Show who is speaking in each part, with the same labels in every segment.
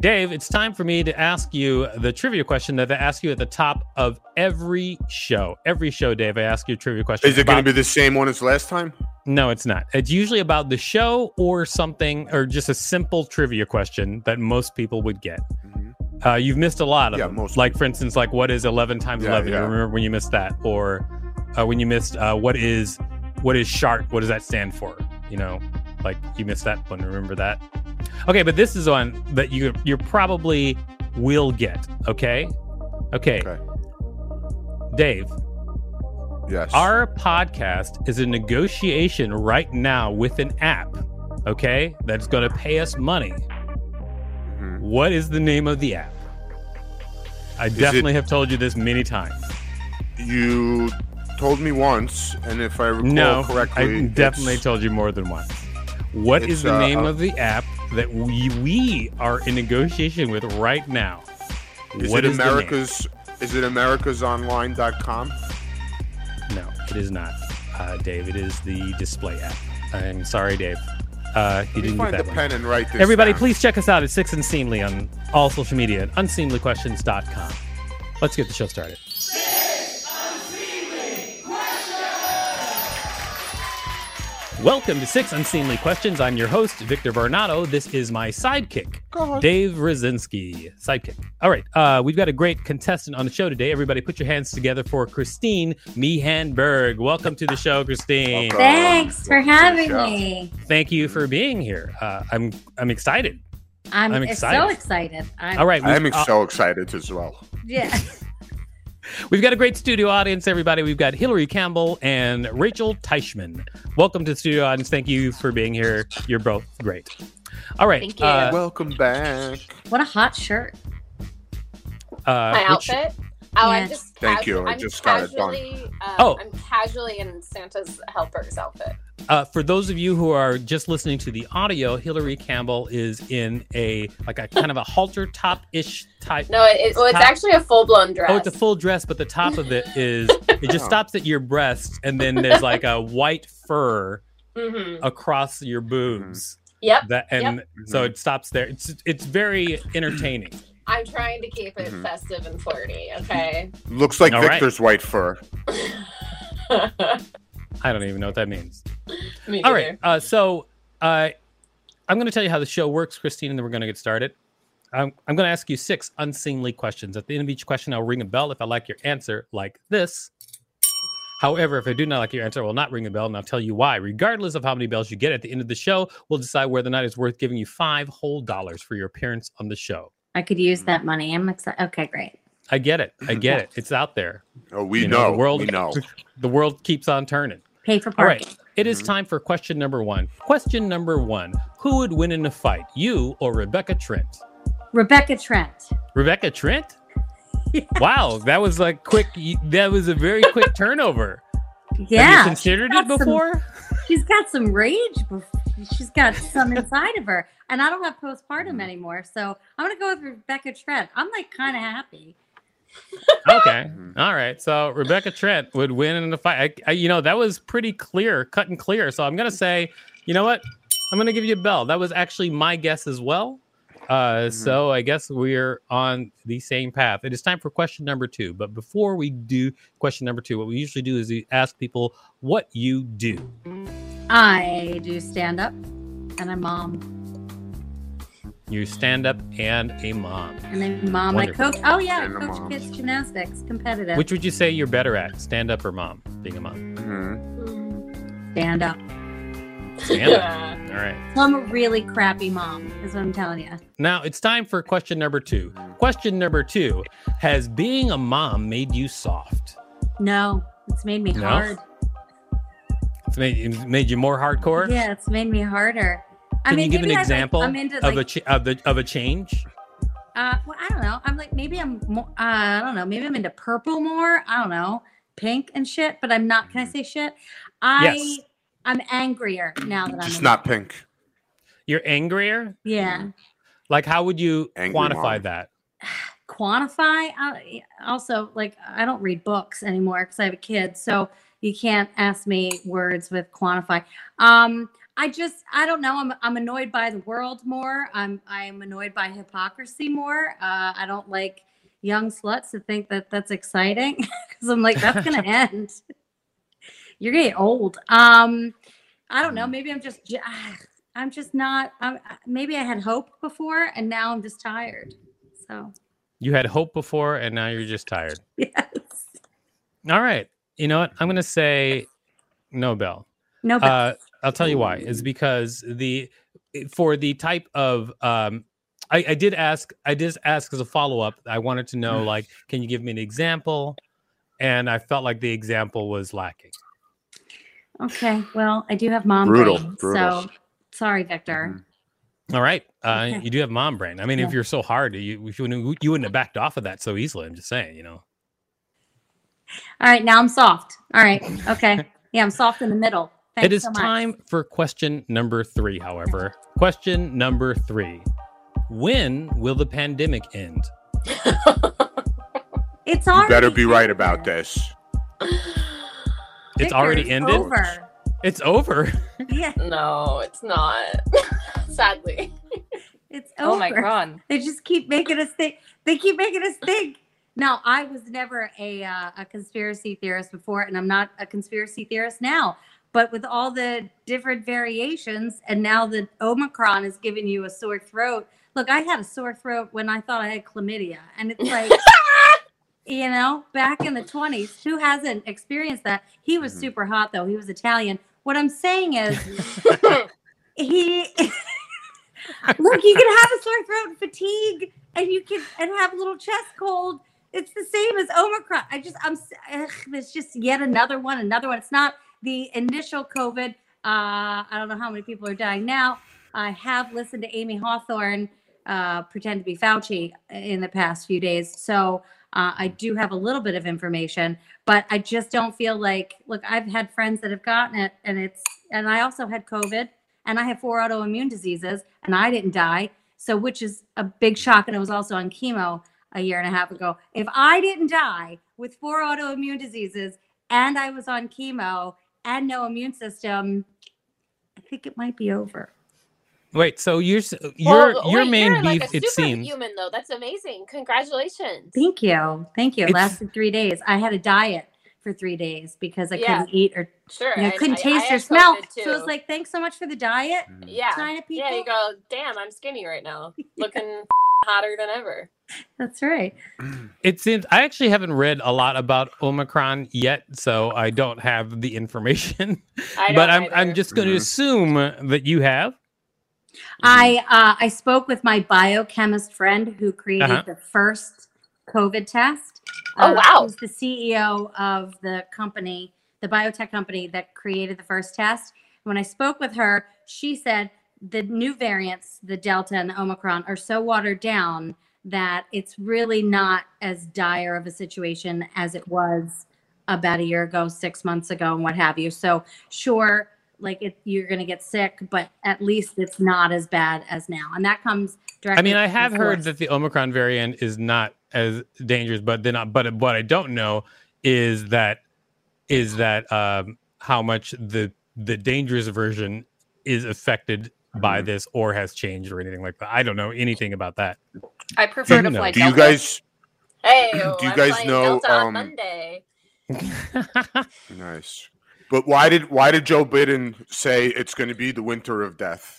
Speaker 1: Dave, it's time for me to ask you the trivia question that I ask you at the top of every show. Every show, Dave, I ask you a trivia question.
Speaker 2: Is it going to be the same one as last time?
Speaker 1: No, it's not. It's usually about the show or something, or just a simple trivia question that most people would get. Uh, you've missed a lot of
Speaker 2: Mm-hmm. Yeah,
Speaker 1: them.
Speaker 2: most
Speaker 1: like, for instance, like what is eleven times
Speaker 2: Yeah,
Speaker 1: eleven?
Speaker 2: yeah.
Speaker 1: You remember when you missed that, or uh, when you missed uh, what is what is shark? What does that stand for? You know, like you missed that one. Remember that? Okay, but this is one that you you probably will get. Okay, okay,
Speaker 2: Okay.
Speaker 1: Dave.
Speaker 2: Yes.
Speaker 1: Our podcast is in negotiation right now with an app, okay, that's going to pay us money.
Speaker 2: Mhm.
Speaker 1: What is the name of the app? I definitely have told you this many times.
Speaker 2: You told me once, and if I recall
Speaker 1: No,
Speaker 2: correctly,
Speaker 1: I definitely
Speaker 2: it's-
Speaker 1: told you more than once. What
Speaker 2: it's,
Speaker 1: is the
Speaker 2: uh,
Speaker 1: name
Speaker 2: uh,
Speaker 1: of the app that we, we are in negotiation with right now?
Speaker 2: is
Speaker 1: What
Speaker 2: it
Speaker 1: is the name?
Speaker 2: America's? Is it AmericasOnline.com?
Speaker 1: No, it is not, uh, Dave. It is the display app. I'm sorry, Dave. Uh, you
Speaker 2: Let me
Speaker 1: didn't get
Speaker 2: find
Speaker 1: that
Speaker 2: a
Speaker 1: one.
Speaker 2: pen and write this.
Speaker 1: Everybody,
Speaker 2: down.
Speaker 1: please check us out at Six and Seemly on all social media at unseemlyquestions.com. Let's get the show started. Welcome to Six Unseemly Questions. I'm your host, Victor Vernado. This is my sidekick, Dave Rosinski. Sidekick. All right, uh, we've got a great contestant on the show today. Everybody, put your hands together for Christine Meehanberg. Welcome to the show, Christine.
Speaker 2: Welcome.
Speaker 3: Thanks for
Speaker 2: Welcome to the
Speaker 3: having
Speaker 2: show.
Speaker 3: me.
Speaker 1: Thank you for being here. Uh, I'm I'm excited.
Speaker 3: I'm,
Speaker 1: I'm
Speaker 3: so
Speaker 1: excited.
Speaker 3: excited. I'm,
Speaker 1: All right,
Speaker 2: I'm
Speaker 1: we've, uh,
Speaker 2: so excited as well.
Speaker 3: Yeah.
Speaker 1: we've got a great studio audience, everybody. We've got Hillary Campbell and Rachel Teichman. Welcome to the studio audience. Thank you for being here. You're both great. All right.
Speaker 4: Thank you.
Speaker 1: Uh,
Speaker 2: Welcome back.
Speaker 3: What a hot shirt.
Speaker 1: uh,
Speaker 4: my
Speaker 1: which-
Speaker 4: outfit. Oh, I'm
Speaker 3: Yes.
Speaker 4: just.
Speaker 2: Thank
Speaker 4: casu-
Speaker 2: you, I
Speaker 4: I'm
Speaker 2: just got it done.
Speaker 4: casually, um,
Speaker 1: Oh.
Speaker 4: I'm casually in Santa's helper's outfit.
Speaker 1: uh, for those of you who are just listening to the audio, Hillary Campbell is in a like a kind of a halter top ish type.
Speaker 4: No, it, it, well, it's
Speaker 1: Top-
Speaker 4: actually a full blown dress.
Speaker 1: Oh, it's a full dress, but the top of it is it just
Speaker 2: Oh.
Speaker 1: stops at your breast, and then there's like a white fur
Speaker 4: hmm
Speaker 1: across your boobs.
Speaker 4: Mm-hmm. Yep.
Speaker 1: That and so it stops there. It's it's very entertaining.
Speaker 4: I'm trying to keep it
Speaker 2: Mhm.
Speaker 4: festive and flirty.
Speaker 1: Mm-hmm.
Speaker 4: Okay.
Speaker 2: Looks like
Speaker 1: All right.
Speaker 2: Victor's white fur.
Speaker 1: I don't even know what that means.
Speaker 4: Me
Speaker 1: All
Speaker 4: neither.
Speaker 1: right. Uh, so uh, I'm going to tell you how the show works, Christine, and then we're going to get started. I'm, I'm going to ask you six unseemly questions. At the end of each question, I'll ring a bell if I like your answer, like this. However, if I do not like your answer, I will not ring a bell, and I'll tell you why. Regardless of how many bells you get at the end of the show, we'll decide whether or not it's worth giving you five whole dollars for your appearance on the show.
Speaker 3: I could use that money. I'm excited. Okay, great.
Speaker 1: I get it. I get it. It's out there.
Speaker 2: Oh, we
Speaker 1: You know,
Speaker 2: know.
Speaker 1: the world-
Speaker 2: We know.
Speaker 1: The world keeps on turning.
Speaker 3: Pay for
Speaker 1: All
Speaker 3: parking.
Speaker 1: right. It is
Speaker 3: Mm-hmm.
Speaker 2: Mhm.
Speaker 1: time for question number one. Question number one Who would win in a fight, you or Rebecca Trent?
Speaker 3: Rebecca Trent.
Speaker 1: Rebecca Trent? Wow, that was like quick. That was a very quick turnover. Have you
Speaker 3: Yeah.
Speaker 1: considered
Speaker 3: got
Speaker 1: it
Speaker 3: some-
Speaker 1: before?
Speaker 3: She's got some rage. bef- She's got some inside of her. And I don't have postpartum anymore. So I'm going to go with Rebecca Trent. I'm like kind of happy.
Speaker 1: Okay.
Speaker 2: Mhm.
Speaker 1: All right. So Rebecca Trent would win in the fight. I, I, you know, that was pretty clear, cut and clear. So I'm going to say, you know what? I'm going to give you a bell. That was actually my guess as well. Uh, So I guess we're on the same path. It is time for question number two. But before we do question number two, what we usually do is we ask people what you do.
Speaker 3: I do stand up and I'm mom.
Speaker 1: You stand up and a mom.
Speaker 3: And then mom,
Speaker 1: Wonderful.
Speaker 3: I coach. Oh, yeah. I
Speaker 2: And a
Speaker 3: coach
Speaker 2: mom.
Speaker 3: kids gymnastics, competitive.
Speaker 1: Which would you say you're better at, stand up or mom? Being a mom.
Speaker 2: Mhm.
Speaker 4: Mm.
Speaker 3: stand up.
Speaker 1: Stand up.
Speaker 4: Yeah.
Speaker 1: All right.
Speaker 3: I'm a really crappy mom, is what I'm telling you.
Speaker 1: Now it's time for question number two. Question number two Has being a mom made you soft?
Speaker 3: No, it's made me
Speaker 1: No?
Speaker 3: hard.
Speaker 1: It's made, it made you more hardcore.
Speaker 3: Yeah, it's made me harder. I
Speaker 1: Can
Speaker 3: mean,
Speaker 1: you give
Speaker 3: maybe
Speaker 1: an
Speaker 3: I, like,
Speaker 1: example
Speaker 3: I'm into,
Speaker 1: of
Speaker 3: like,
Speaker 1: a ch- of the of a change?
Speaker 3: Uh, well, I don't know. I'm like maybe I'm more. Uh, I don't know. Maybe I'm into purple more. I don't know, pink and shit. But I'm not. Can I say shit? I
Speaker 1: Mm. Yes.
Speaker 3: I'm angrier now that I'm
Speaker 2: Just
Speaker 3: in-
Speaker 2: not pink.
Speaker 1: You're angrier.
Speaker 3: Yeah,
Speaker 1: Like how would you
Speaker 2: Angry
Speaker 1: quantify
Speaker 2: mom.
Speaker 1: that?
Speaker 3: quantify. I, also, like I don't read books anymore because I have a kid, so you can't ask me words with quantify. Um, I just I don't know. I'm I'm annoyed by the world more. I'm I'm annoyed by hypocrisy more. Uh, I don't like young sluts to think that that's exciting because I'm like that's gonna end. You're getting old. Um, I don't know. Maybe I'm just. j- ah, I'm just not. I'm, maybe I had hope before, and now I'm just tired. So.
Speaker 1: You had hope before, and now you're just tired.
Speaker 3: Yes.
Speaker 1: All right. You know what? I'm gonna say Nobel.
Speaker 3: No, but
Speaker 1: Uh, I'll tell you why. Is because the for the type of um, I, I did ask. I did ask as a follow up. I wanted to know like, can you give me an example? And I felt like the example was lacking.
Speaker 3: okay. Well, I do have mom
Speaker 2: Brutal,
Speaker 3: brain,
Speaker 2: brutal. Mm-hmm.
Speaker 3: so sorry, Victor.
Speaker 1: All right, uh,
Speaker 3: Okay.
Speaker 1: you do have mom brain. I mean, if
Speaker 3: Yeah.
Speaker 1: you're so hard, you if you wouldn't, you wouldn't have backed off of that so easily. I'm just saying, you know.
Speaker 3: All right, now I'm soft. All right, okay. Yeah, I'm soft in the middle. Thanks
Speaker 1: it is
Speaker 3: so much.
Speaker 1: time for question number three. However, question number three: When will the pandemic end?
Speaker 3: It's
Speaker 2: You
Speaker 3: already
Speaker 2: better be right about
Speaker 3: over.
Speaker 2: this.
Speaker 1: It's
Speaker 3: Victor,
Speaker 1: already ended.
Speaker 3: Over.
Speaker 1: It's over.
Speaker 3: Yeah,
Speaker 4: no, it's not. Sadly.
Speaker 3: it's over.
Speaker 4: Oh my god.
Speaker 3: They just keep making us think. They keep making us think. No, I was never a uh, a conspiracy theorist before, and I'm not a conspiracy theorist now. But with all the different variations, and now the Omicron is giving you a sore throat. Look, I had a sore throat when I thought I had chlamydia, and it's like, you know, back in the 20s, who hasn't experienced that? He was
Speaker 2: Mhm.
Speaker 3: super hot though. He was Italian. What I'm saying is, he look you can have a sore throat and fatigue and you can and have a little chest cold it's the same as omicron i just i'm s- ugh, it's just yet another one another one it's not the initial covid uh i don't know how many people are dying now i have listened to amy hawthorne uh pretend to be fauci in the past few days so uh, i do have a little bit of information but i just don't feel like look i've had friends that have gotten it and it's and i also had covid and I have four autoimmune diseases, and I didn't die. So, which is a big shock. And I was also on chemo a year and a half ago. If I didn't die with four autoimmune diseases and I was on chemo and no immune system, I think it might be over.
Speaker 1: Wait, so you're s- your
Speaker 4: Well,
Speaker 1: your
Speaker 4: wait,
Speaker 1: main
Speaker 4: you're
Speaker 1: beef?
Speaker 4: like a
Speaker 1: it seems.
Speaker 4: Human though, that's amazing. Congratulations.
Speaker 3: Thank you. Thank you. It
Speaker 1: It's-
Speaker 3: lasted three days. I had a diet for three days because I
Speaker 4: Yeah.
Speaker 3: couldn't eat or
Speaker 4: Sure.
Speaker 3: you know,
Speaker 4: and
Speaker 3: couldn't
Speaker 4: I- I
Speaker 3: taste or
Speaker 4: had
Speaker 3: smell.
Speaker 4: COVID
Speaker 3: So it was
Speaker 4: too.
Speaker 3: like, thanks so much for the diet,
Speaker 4: yeah.
Speaker 3: China people.
Speaker 4: Yeah, you go, damn, I'm skinny right now. Looking hotter than ever.
Speaker 3: That's right.
Speaker 1: It seems I actually haven't read a lot about Omicron yet, so I don't have the information.
Speaker 4: I
Speaker 1: but
Speaker 4: don't
Speaker 1: I'm I'm
Speaker 4: either.
Speaker 1: just going to
Speaker 2: Mhm.
Speaker 1: assume that you have.
Speaker 3: I uh, I spoke with my biochemist friend who created
Speaker 1: Uh-huh.
Speaker 3: the first COVID test.
Speaker 4: Oh, wow.
Speaker 3: Who's the CEO of the company, the biotech company that created the first test? When I spoke with her, she said the new variants, the Delta and Omicron, are so watered down that it's really not as dire of a situation as it was about a year ago, six months ago, and what have you. So, sure, like it, you're going to get sick, but at least it's not as bad as now. And that comes directly.
Speaker 1: I mean, I
Speaker 3: from
Speaker 1: have
Speaker 3: the
Speaker 1: heard
Speaker 3: source.
Speaker 1: that the Omicron variant is not as dangerous, but then I- but what I don't know is that is that um, how much the the dangerous version is affected by
Speaker 2: Mhm.
Speaker 1: this or has changed or anything like that. I don't know anything about that.
Speaker 4: I prefer
Speaker 1: Do
Speaker 4: to
Speaker 1: you
Speaker 4: play
Speaker 2: Do you
Speaker 4: Delta.
Speaker 2: guys?
Speaker 4: Hey,
Speaker 2: do you
Speaker 4: I'm
Speaker 2: guys
Speaker 4: playing
Speaker 2: know,
Speaker 4: Delta on
Speaker 2: um,
Speaker 4: Monday?
Speaker 2: Nice. But why did why did Joe Biden say it's going to be the winter of death?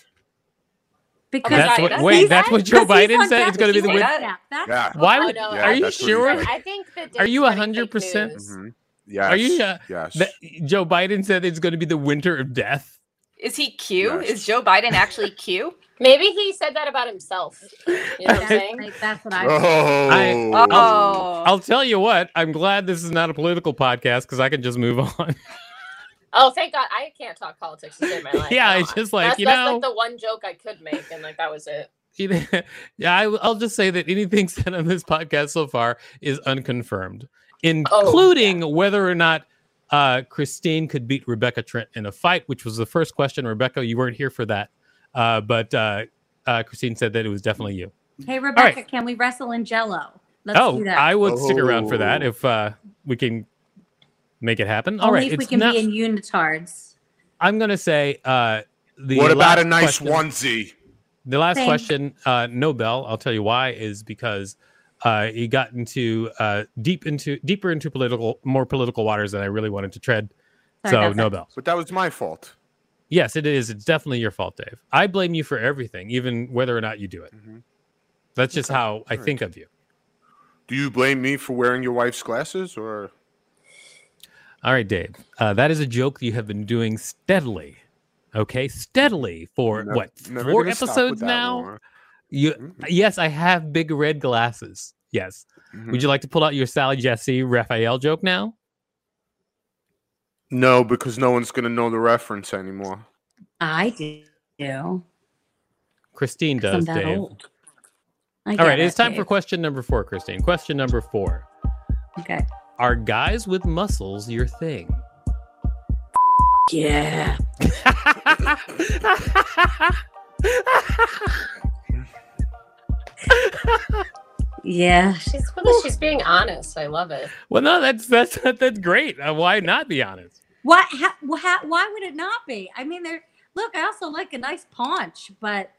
Speaker 3: because
Speaker 4: my
Speaker 1: that's
Speaker 4: God,
Speaker 1: what
Speaker 4: that's-
Speaker 1: wait,
Speaker 3: He's-
Speaker 1: that's what Joe
Speaker 3: because he's
Speaker 1: Biden
Speaker 3: on
Speaker 1: said. It's
Speaker 3: Snapchat.
Speaker 1: going to be
Speaker 3: He's
Speaker 1: the
Speaker 3: on
Speaker 4: Wait,
Speaker 1: winter.
Speaker 4: that-
Speaker 3: Snapchat. That's
Speaker 2: Yeah.
Speaker 1: Why
Speaker 4: Oh,
Speaker 1: would-
Speaker 4: no,
Speaker 2: are
Speaker 4: that's
Speaker 2: you
Speaker 4: what he
Speaker 2: sure?
Speaker 4: said. I think the
Speaker 1: Are you
Speaker 4: Democratic
Speaker 1: 100%?
Speaker 4: news.
Speaker 2: Mhm. Yes.
Speaker 1: Are you uh,
Speaker 2: Yes.
Speaker 1: that Joe Biden said it's going to be the winter of death?
Speaker 5: Is he Q?
Speaker 2: Yes.
Speaker 5: Is Joe Biden actually Q?
Speaker 4: Maybe he said that about himself. You know what I'm
Speaker 3: That's,
Speaker 4: saying?
Speaker 3: like, that's what I.
Speaker 2: oh.
Speaker 1: I-
Speaker 5: oh,
Speaker 1: I'll tell you what. I'm glad this is not a political podcast because I can just move on.
Speaker 4: Oh, thank God. I can't talk politics to save my life.
Speaker 1: yeah,
Speaker 4: No.
Speaker 1: it's just like
Speaker 4: that's,
Speaker 1: you
Speaker 4: that's
Speaker 1: know.
Speaker 4: like the one joke I could make, and like that was it.
Speaker 1: Either- yeah, I, will just say that anything said on this podcast so far is
Speaker 4: Oh,
Speaker 1: unconfirmed, including whether or not uh, Christine could beat Rebecca Trent in a fight, which was the first question. Rebecca, you weren't here for that, uh, but uh, uh, Christine said that it was definitely you.
Speaker 3: Hey, Rebecca, can we wrestle in Jello? Let's
Speaker 1: oh,
Speaker 3: do that.
Speaker 1: I would stick around for that
Speaker 2: Oh.
Speaker 1: if uh, we can make it happen. All
Speaker 3: Only
Speaker 1: right,
Speaker 3: if we
Speaker 1: it's
Speaker 3: can
Speaker 1: not-
Speaker 3: be in unitards.
Speaker 1: I'm gonna say uh, the.
Speaker 2: what about a
Speaker 1: last
Speaker 2: nice
Speaker 1: question-
Speaker 2: onesie?
Speaker 1: The last
Speaker 3: Same.
Speaker 1: question, uh, no bell. I'll tell you why is because uh, he got into uh, deep into deeper into political, more political waters than I really wanted to tread.
Speaker 3: Sorry
Speaker 1: so
Speaker 3: about
Speaker 1: no
Speaker 3: that.
Speaker 1: bell.
Speaker 2: But that was my fault.
Speaker 1: Yes, it is. It's definitely your fault, Dave. I blame you for everything, even whether or not you do it.
Speaker 2: Mhm.
Speaker 1: That's just how I
Speaker 2: All right.
Speaker 1: think of you.
Speaker 2: Do you blame me for wearing your wife's glasses, or
Speaker 1: All right, Dave. Uh, that is a joke you have been doing steadily. Okay, steadily for
Speaker 2: Nev-
Speaker 1: what
Speaker 2: never
Speaker 1: four
Speaker 2: gonna stop with
Speaker 1: episodes
Speaker 2: that,
Speaker 1: now?
Speaker 2: Laura.
Speaker 1: You
Speaker 2: Mhm.
Speaker 1: yes, I have big red glasses. Yes.
Speaker 2: Mhm.
Speaker 1: Would you like to pull out your Sally Jesse Raphael joke now?
Speaker 2: No, because no one's gonna know the reference anymore.
Speaker 3: I do. do.
Speaker 1: Christine does,
Speaker 3: I'm that
Speaker 1: Dave.
Speaker 3: old. I
Speaker 1: All
Speaker 3: get
Speaker 1: right, it's
Speaker 3: it,
Speaker 1: time for
Speaker 3: Dave.
Speaker 1: question number four, Christine. Question number four
Speaker 3: Okay.
Speaker 1: Are guys with muscles your thing?
Speaker 3: Yeah. Yeah.
Speaker 4: She's well, she's being honest. I love it.
Speaker 1: well, no, that's that's that's great. Uh, Why not be honest?
Speaker 3: What? How, wha- how, why would it not be? I mean, there. Look, I also like a nice paunch, but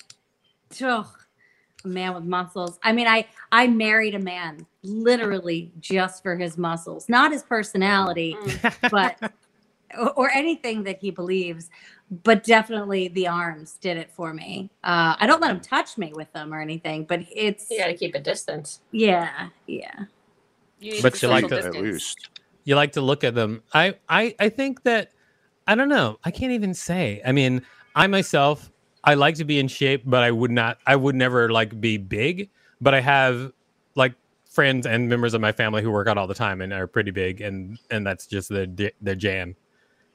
Speaker 3: ugh, a man with muscles. I mean, I I married a man literally just for his muscles, not his personality,
Speaker 4: Mm.
Speaker 3: but or, or anything that he believes. But definitely, the arms did it for me. Uh, I don't let him touch me with them or anything, but it's
Speaker 4: You got to keep a distance.
Speaker 3: yeah, yeah.
Speaker 5: You need
Speaker 1: But
Speaker 5: the
Speaker 1: you like
Speaker 5: social
Speaker 1: it
Speaker 2: At
Speaker 5: distance.
Speaker 2: least.
Speaker 1: you like to look at them. I I I think that I don't know. I can't even say. I mean, I myself I like to be in shape, but I would not I would never like be big, but I have like friends and members of my family who work out all the time and are pretty big and and that's just their j- their jam.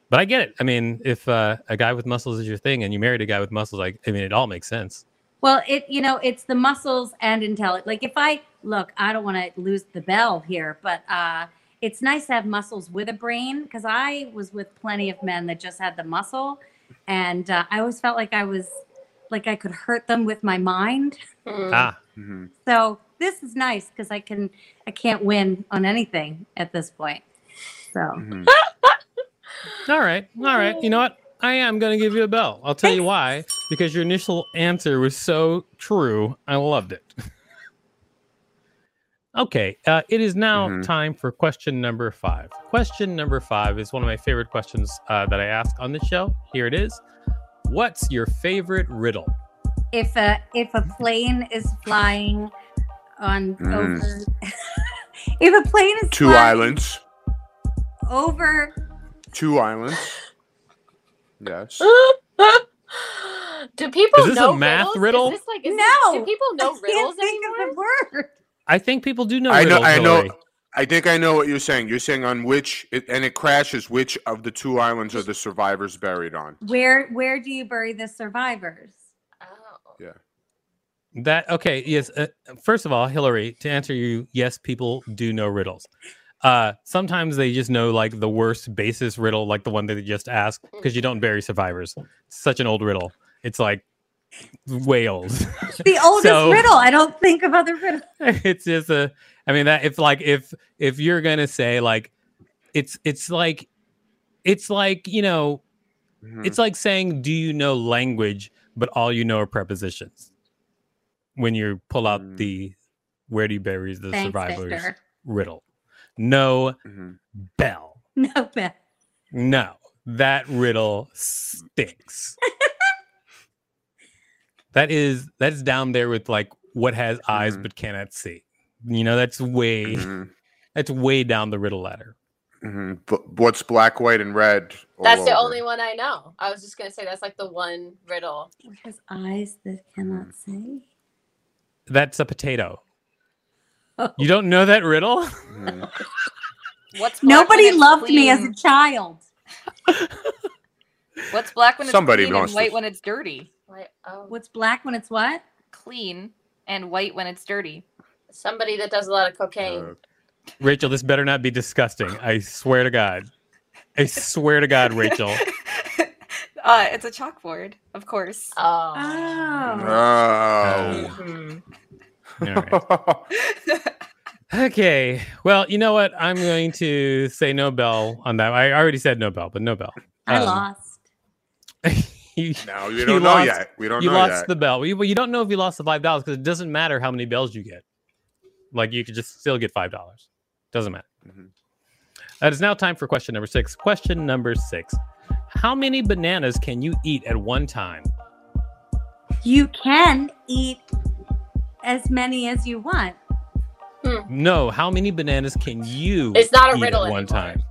Speaker 1: But I get it. I mean, if uh, a guy with muscles is your thing and you married a guy with muscles, like I mean, it all makes sense.
Speaker 3: Well, it you know, it's the muscles and intelligence. Like if I look, I don't want to lose the bell here, but uh it's nice to have muscles with a brain because I was with plenty of men that just had the muscle and uh, I always felt like I was like I could hurt them with my mind.
Speaker 4: Mm.
Speaker 1: Ah,
Speaker 2: Mhm.
Speaker 3: So this is nice because I can I can't win on anything at this point. So
Speaker 2: Mhm.
Speaker 1: All right. All right. You know what? I am going to give you a bell. I'll tell you why. Because your initial answer was so true. I loved it. okay. Uh, it is now
Speaker 2: Mhm.
Speaker 1: time for question number five. Question number five is one of my favorite questions uh, that I ask on the show. Here it is What's your favorite riddle?
Speaker 3: if a if a plane is flying on
Speaker 2: Mm.
Speaker 3: over if a plane is
Speaker 2: Two
Speaker 3: flying
Speaker 2: islands.
Speaker 3: over
Speaker 2: Two islands. Yes.
Speaker 4: do people
Speaker 1: Is this a
Speaker 4: know
Speaker 1: math
Speaker 4: riddles?
Speaker 1: riddle?
Speaker 4: Is this like, is
Speaker 3: No.
Speaker 4: This, do people know
Speaker 3: I
Speaker 4: riddles
Speaker 3: can't think
Speaker 4: anymore?
Speaker 3: of the word.
Speaker 1: I think people do know
Speaker 2: I know.
Speaker 1: riddles.
Speaker 2: I know.
Speaker 1: Hillary.
Speaker 2: I think I know what you're saying. You're saying on which, it, and it crashes. Which of the two islands are the survivors buried on?
Speaker 3: Where where do you bury the survivors?
Speaker 4: Oh.
Speaker 1: That okay? Yes. Uh, first of all, Hillary, to answer you, yes, people do know riddles. Uh, sometimes they just know like the worst basis riddle, like the one that they just asked, because you don't bury survivors. Such an old riddle. It's like whales.
Speaker 3: The oldest
Speaker 1: So-
Speaker 3: riddle. I don't think of other riddles.
Speaker 1: it's just a. I mean that if like if if you're gonna say like, it's it's like, it's like you know
Speaker 2: Mhm.
Speaker 1: it's like saying, "Do you know language?" But all you know are prepositions. When you pull out
Speaker 2: Mm.
Speaker 1: the "Where do you bury the
Speaker 3: Thanks,
Speaker 1: survivors?"
Speaker 3: Victor.
Speaker 1: riddle. No
Speaker 2: Mhm.
Speaker 1: bell.
Speaker 3: No, Beth.
Speaker 1: No, that riddle stinks. that is that's down there with like what has eyes
Speaker 2: Mhm.
Speaker 1: but cannot see. You know that's way
Speaker 2: Mhm.
Speaker 1: that's way down the riddle ladder.
Speaker 2: Mhm. But what's black, white, and red? all
Speaker 4: That's the
Speaker 2: over?
Speaker 4: only one I know. I was just gonna say that's like the one riddle.
Speaker 3: He has eyes that
Speaker 1: Hmm.
Speaker 3: cannot see.
Speaker 1: That's a potato.
Speaker 3: Oh.
Speaker 1: You don't know that riddle?
Speaker 2: Mhm.
Speaker 5: What's black
Speaker 3: Nobody
Speaker 5: when it's
Speaker 3: loved me as a
Speaker 5: clean?
Speaker 3: child.
Speaker 5: What's black when it's
Speaker 2: Somebody
Speaker 5: clean and
Speaker 2: wants to-
Speaker 5: white when it's dirty?
Speaker 4: Like, oh,
Speaker 3: What's black when it's what?
Speaker 5: Clean and white when it's dirty.
Speaker 4: somebody that does a lot of cocaine.
Speaker 1: Oh.
Speaker 2: Uh,
Speaker 1: Rachel, this better not be disgusting. I swear to God. I swear to God, Rachel.
Speaker 5: uh, it's a chalkboard, of course.
Speaker 4: oh.
Speaker 3: Oh.
Speaker 2: oh.
Speaker 4: Mhm.
Speaker 1: Oh. All right.
Speaker 3: Oh.
Speaker 1: Okay. Well, you know what? I'm going to say no bell on that. I already said no bell, but no bell.
Speaker 3: I
Speaker 1: Um,
Speaker 3: lost.
Speaker 1: you
Speaker 2: no,
Speaker 1: You
Speaker 2: we don't know
Speaker 1: lost-
Speaker 2: yet. We don't
Speaker 1: you
Speaker 2: know
Speaker 1: lost
Speaker 2: yet.
Speaker 1: the bell. You, well, you don't know if you lost the five dollars because it doesn't matter how many bells you get. Like you could just still get five dollars. Doesn't matter.
Speaker 2: Mhm.
Speaker 1: Uh, It is now time for question number six. Question number six: How many bananas can you eat at one time?
Speaker 3: You can eat as many as you want.
Speaker 1: No. How many bananas can you?
Speaker 4: It's not a
Speaker 1: eat
Speaker 4: riddle
Speaker 1: at one
Speaker 4: anymore.
Speaker 1: time.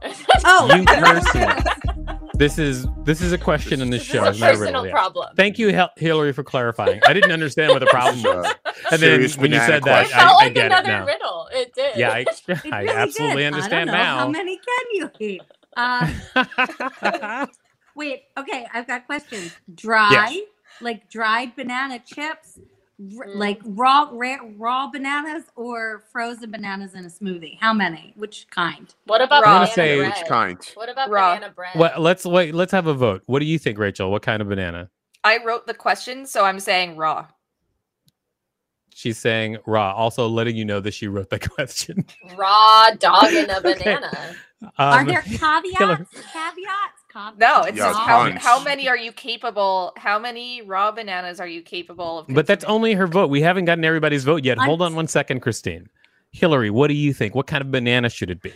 Speaker 3: Oh,
Speaker 1: You person. This is this is a question in this
Speaker 4: This
Speaker 1: show.
Speaker 4: is
Speaker 1: It's
Speaker 4: a
Speaker 1: not a
Speaker 4: personal
Speaker 1: riddle. yeah.
Speaker 4: problem.
Speaker 1: Thank you, Hil- Hillary, for clarifying. I didn't understand what the problem was.
Speaker 2: Uh,
Speaker 1: And then
Speaker 2: serious
Speaker 1: when you
Speaker 2: banana
Speaker 1: said that,
Speaker 4: It
Speaker 2: question.
Speaker 1: I-
Speaker 4: felt like
Speaker 1: get it
Speaker 4: another
Speaker 1: now.
Speaker 4: riddle. It did.
Speaker 1: Yeah, I,
Speaker 3: It
Speaker 1: I
Speaker 3: really did.
Speaker 1: absolutely
Speaker 3: I don't
Speaker 1: understand
Speaker 3: know. How many can you eat? Um,
Speaker 1: now.
Speaker 3: Wait, okay, I've got questions. Dry, like dried banana chips, r-
Speaker 4: Mm.
Speaker 3: like raw ra- raw bananas or frozen bananas in a smoothie. How many? Which kind?
Speaker 4: what about
Speaker 5: Raw.
Speaker 4: banana
Speaker 5: I'm
Speaker 1: gonna say-
Speaker 4: bread?
Speaker 2: Which kind?
Speaker 4: What about
Speaker 5: Raw.
Speaker 4: banana bread?
Speaker 1: Well, let's wait. Let's have a vote. What do you think, Rachel? What kind of banana?
Speaker 5: I wrote the question, so I'm saying raw.
Speaker 1: She's saying raw. Also, letting you know that she wrote that question.
Speaker 4: Raw dog and a
Speaker 1: Okay.
Speaker 4: banana.
Speaker 3: Are
Speaker 1: Um,
Speaker 3: there caveats?
Speaker 1: Killer.
Speaker 3: Caveats? Cav-
Speaker 5: No, it's
Speaker 2: Yeah,
Speaker 5: just how,
Speaker 2: tons.
Speaker 5: how many are you capable? How many raw bananas are you capable of?
Speaker 1: but that's
Speaker 5: consuming?
Speaker 1: only her vote. We haven't gotten everybody's vote yet.
Speaker 3: I'm-
Speaker 1: Hold on one second, Christine. Hillary, what do you think? What kind of banana should it be?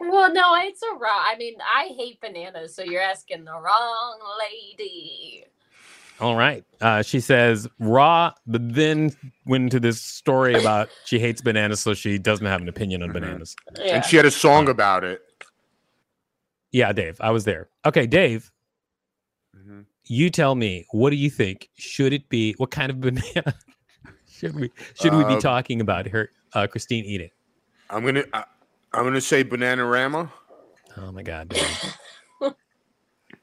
Speaker 4: Well, no, it's a raw. I mean, I hate bananas, so you're asking the wrong lady.
Speaker 1: All right. Uh, she says raw, but then went into this story about she hates bananas, so she doesn't have an opinion on
Speaker 2: Mhm.
Speaker 1: bananas.
Speaker 4: Yeah.
Speaker 2: And she had a song about it.
Speaker 1: Yeah, Dave, I was there. Okay, Dave,
Speaker 2: Mhm.
Speaker 1: you tell me what do you think should it be what kind of banana should we should we be
Speaker 2: Uh,
Speaker 1: talking about her uh christine eating
Speaker 2: I'm gonna I, I'm gonna say Bananarama.
Speaker 1: oh my god Dave.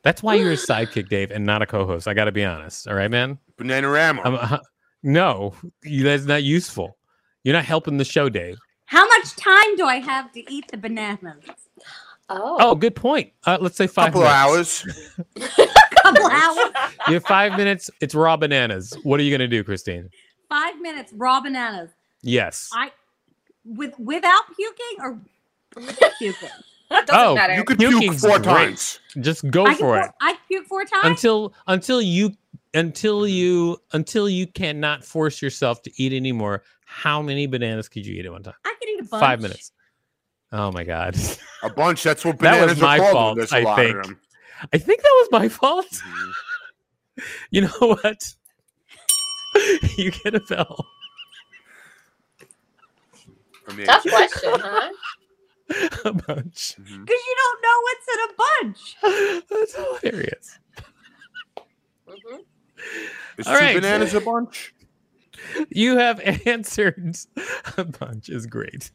Speaker 1: that's why you're a sidekick dave and not a co-host i gotta be honest all right man
Speaker 2: Bananarama.
Speaker 1: I'm, uh, no you, that's not useful you're not helping the show dave
Speaker 3: How much time do I have to eat the bananas?
Speaker 1: oh good point uh, let's say
Speaker 2: a
Speaker 1: five
Speaker 2: couple
Speaker 1: minutes.
Speaker 2: hours.
Speaker 3: Couple hours,
Speaker 1: you have five minutes it's raw bananas what are you gonna do christine
Speaker 3: five minutes, raw bananas
Speaker 1: yes
Speaker 3: I- with without puking or with puking.
Speaker 5: It doesn't
Speaker 1: Oh,
Speaker 5: matter.
Speaker 2: You could puke
Speaker 1: Puking's
Speaker 2: four
Speaker 1: great.
Speaker 2: times.
Speaker 1: just go
Speaker 3: I can
Speaker 1: for
Speaker 3: pu-
Speaker 1: it
Speaker 3: I puke four times.
Speaker 1: until until you until
Speaker 3: Mm-hmm.
Speaker 1: you until you cannot force yourself to eat anymore how many bananas could you eat at one time
Speaker 3: I could eat a bunch.
Speaker 1: five minutes oh my god
Speaker 2: A bunch. That's what
Speaker 1: That was
Speaker 2: bananas
Speaker 1: my
Speaker 2: are called.
Speaker 1: fault,
Speaker 2: when There's a
Speaker 1: I
Speaker 2: lot
Speaker 1: think.
Speaker 2: of them.
Speaker 1: i think that was my fault
Speaker 2: Mhm.
Speaker 1: you know what you get a bell
Speaker 2: I mean,
Speaker 4: Tough question, huh?
Speaker 1: a bunch
Speaker 2: mhm.
Speaker 3: Because you don't know what's in a bunch.
Speaker 1: that's hilarious
Speaker 4: hmm
Speaker 2: Is
Speaker 1: All
Speaker 2: two
Speaker 1: right.
Speaker 2: bananas a bunch?
Speaker 1: you have answered a bunch is great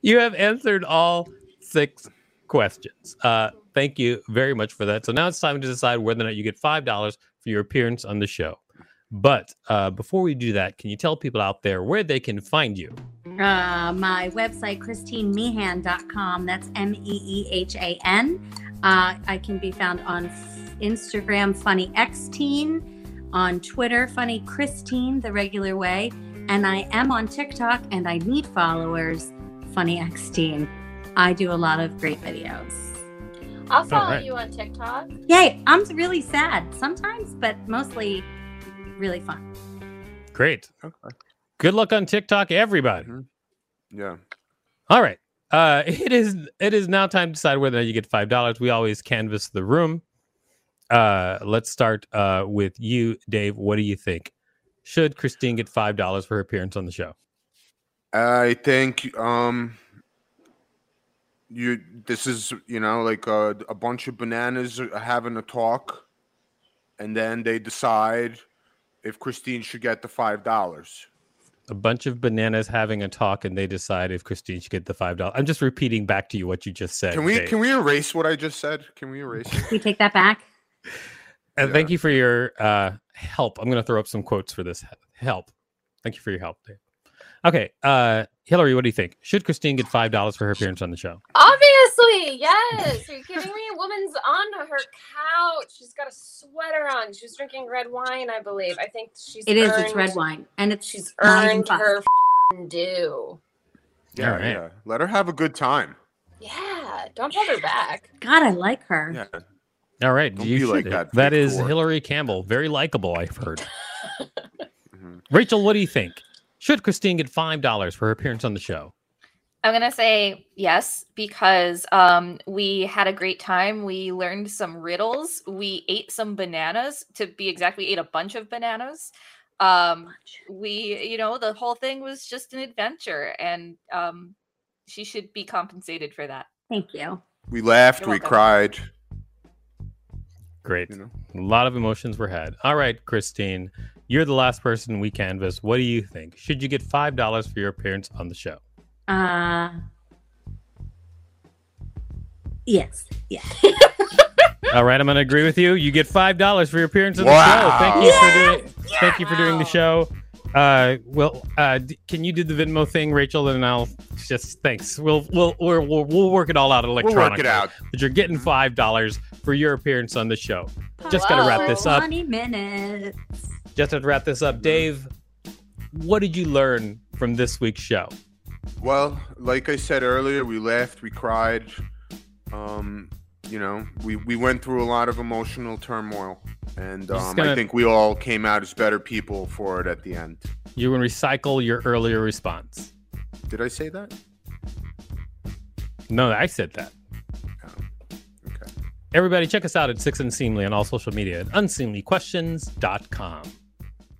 Speaker 1: you have answered all six questions uh thank you very much for that so now it's time to decide whether or not you get five dollars for your appearance on the show but uh before we do that can you tell people out there where they can find you
Speaker 3: Uh, my website, christinemehan.com. That's M E E H A N. Uh, I can be found on f- Instagram, Funny X Teen, on Twitter, Funny Christine, the regular way. And I am on TikTok and I need followers, Funny X Teen. I do a lot of great videos.
Speaker 4: I'll follow
Speaker 1: right.
Speaker 4: you on TikTok.
Speaker 3: Yay, I'm really sad sometimes, but mostly really fun.
Speaker 1: great
Speaker 2: Okay.
Speaker 1: good luck on tiktok everybody
Speaker 2: Yeah.
Speaker 1: All right. Uh, it is it is now time to decide whether or not you get five dollars. We always canvass the room. Uh, let's start uh, with you, Dave. What do you think? Should Christine get five dollars for her appearance on the show?
Speaker 2: I think um you this is you know like a, a bunch of bananas are having a talk and then they decide if Christine should get the five dollars.
Speaker 1: a bunch of bananas having a talk, and they decide if Christine should get the five dollars. I'm just repeating back to you what you just said.
Speaker 2: Can we
Speaker 1: Dave.
Speaker 2: can we erase what I just said? Can we erase? it?
Speaker 3: Can we take that back?
Speaker 1: And thank you for your uh, help. I'm going to throw up some quotes for this he- help. Thank you for your help. Dave. Okay, uh, Hillary, what do you think? Should Christine get five dollars for her appearance on the show?
Speaker 4: Obviously, yes. Are you kidding me? A woman's on her couch. She's got a sweater on. She's drinking red wine, I believe. I think she's.
Speaker 3: It is.
Speaker 4: Earned,
Speaker 3: It's red wine, and it's
Speaker 4: She's
Speaker 3: not even
Speaker 4: earned
Speaker 3: five.
Speaker 4: her fing due.
Speaker 2: Yeah,
Speaker 1: Alright.
Speaker 2: yeah. Let her have a good time.
Speaker 4: Yeah, don't hold her back.
Speaker 3: God, I like her.
Speaker 2: Yeah.
Speaker 1: All right,
Speaker 2: Don't
Speaker 1: you
Speaker 2: be like
Speaker 1: should-
Speaker 2: that,
Speaker 1: that is
Speaker 2: Victor.
Speaker 1: Hillary Campbell, very likable. I've heard.
Speaker 2: Mhm.
Speaker 1: Rachel, what do you think? Should Christine get five dollars for her appearance on the show?
Speaker 5: I'm gonna say yes because um, we had a great time. We learned some riddles. We ate some bananas. To be exact, we ate a bunch of bananas. Um, we, you know, the whole thing was just an adventure, and um, she should be compensated for that.
Speaker 3: Thank you.
Speaker 2: We laughed.
Speaker 5: You're
Speaker 2: we
Speaker 5: welcome.
Speaker 2: cried.
Speaker 1: Great.
Speaker 2: You know.
Speaker 1: A lot of emotions were had. All right, Christine, you're the last person we canvassed. What do you think? Should you get five dollars for your appearance on the show?
Speaker 3: Uh, yes. Yeah.
Speaker 1: All right, I'm gonna agree with you. You get five dollars for your appearance on the show.
Speaker 2: Wow.
Speaker 1: Thank you for doing. Thank you for doing
Speaker 4: Wow.
Speaker 1: the show. Uh, well, uh, d- can you do the Venmo thing, Rachel? And I'll just thanks. We'll we'll we'll we'll, we'll work it all out
Speaker 2: We'll
Speaker 1: electronically.
Speaker 2: work it out.
Speaker 1: But you're getting five dollars for your appearance on the show. Just gotta wrap this up.
Speaker 3: Twenty minutes.
Speaker 1: Just to wrap this up, Dave. What did you learn from this week's show?
Speaker 2: Well, like I said earlier, we laughed, we cried. Um, you know, we, we went through a lot of emotional turmoil, and
Speaker 1: Just
Speaker 2: um,
Speaker 1: gonna-
Speaker 2: I think we all came out as better people for it at the end.
Speaker 1: You can recycle your earlier response.
Speaker 2: Did I say that?
Speaker 1: No, I said that.
Speaker 2: Okay.
Speaker 1: Everybody, check us out at Six Unseemly on all social media at unseemlyquestions.com.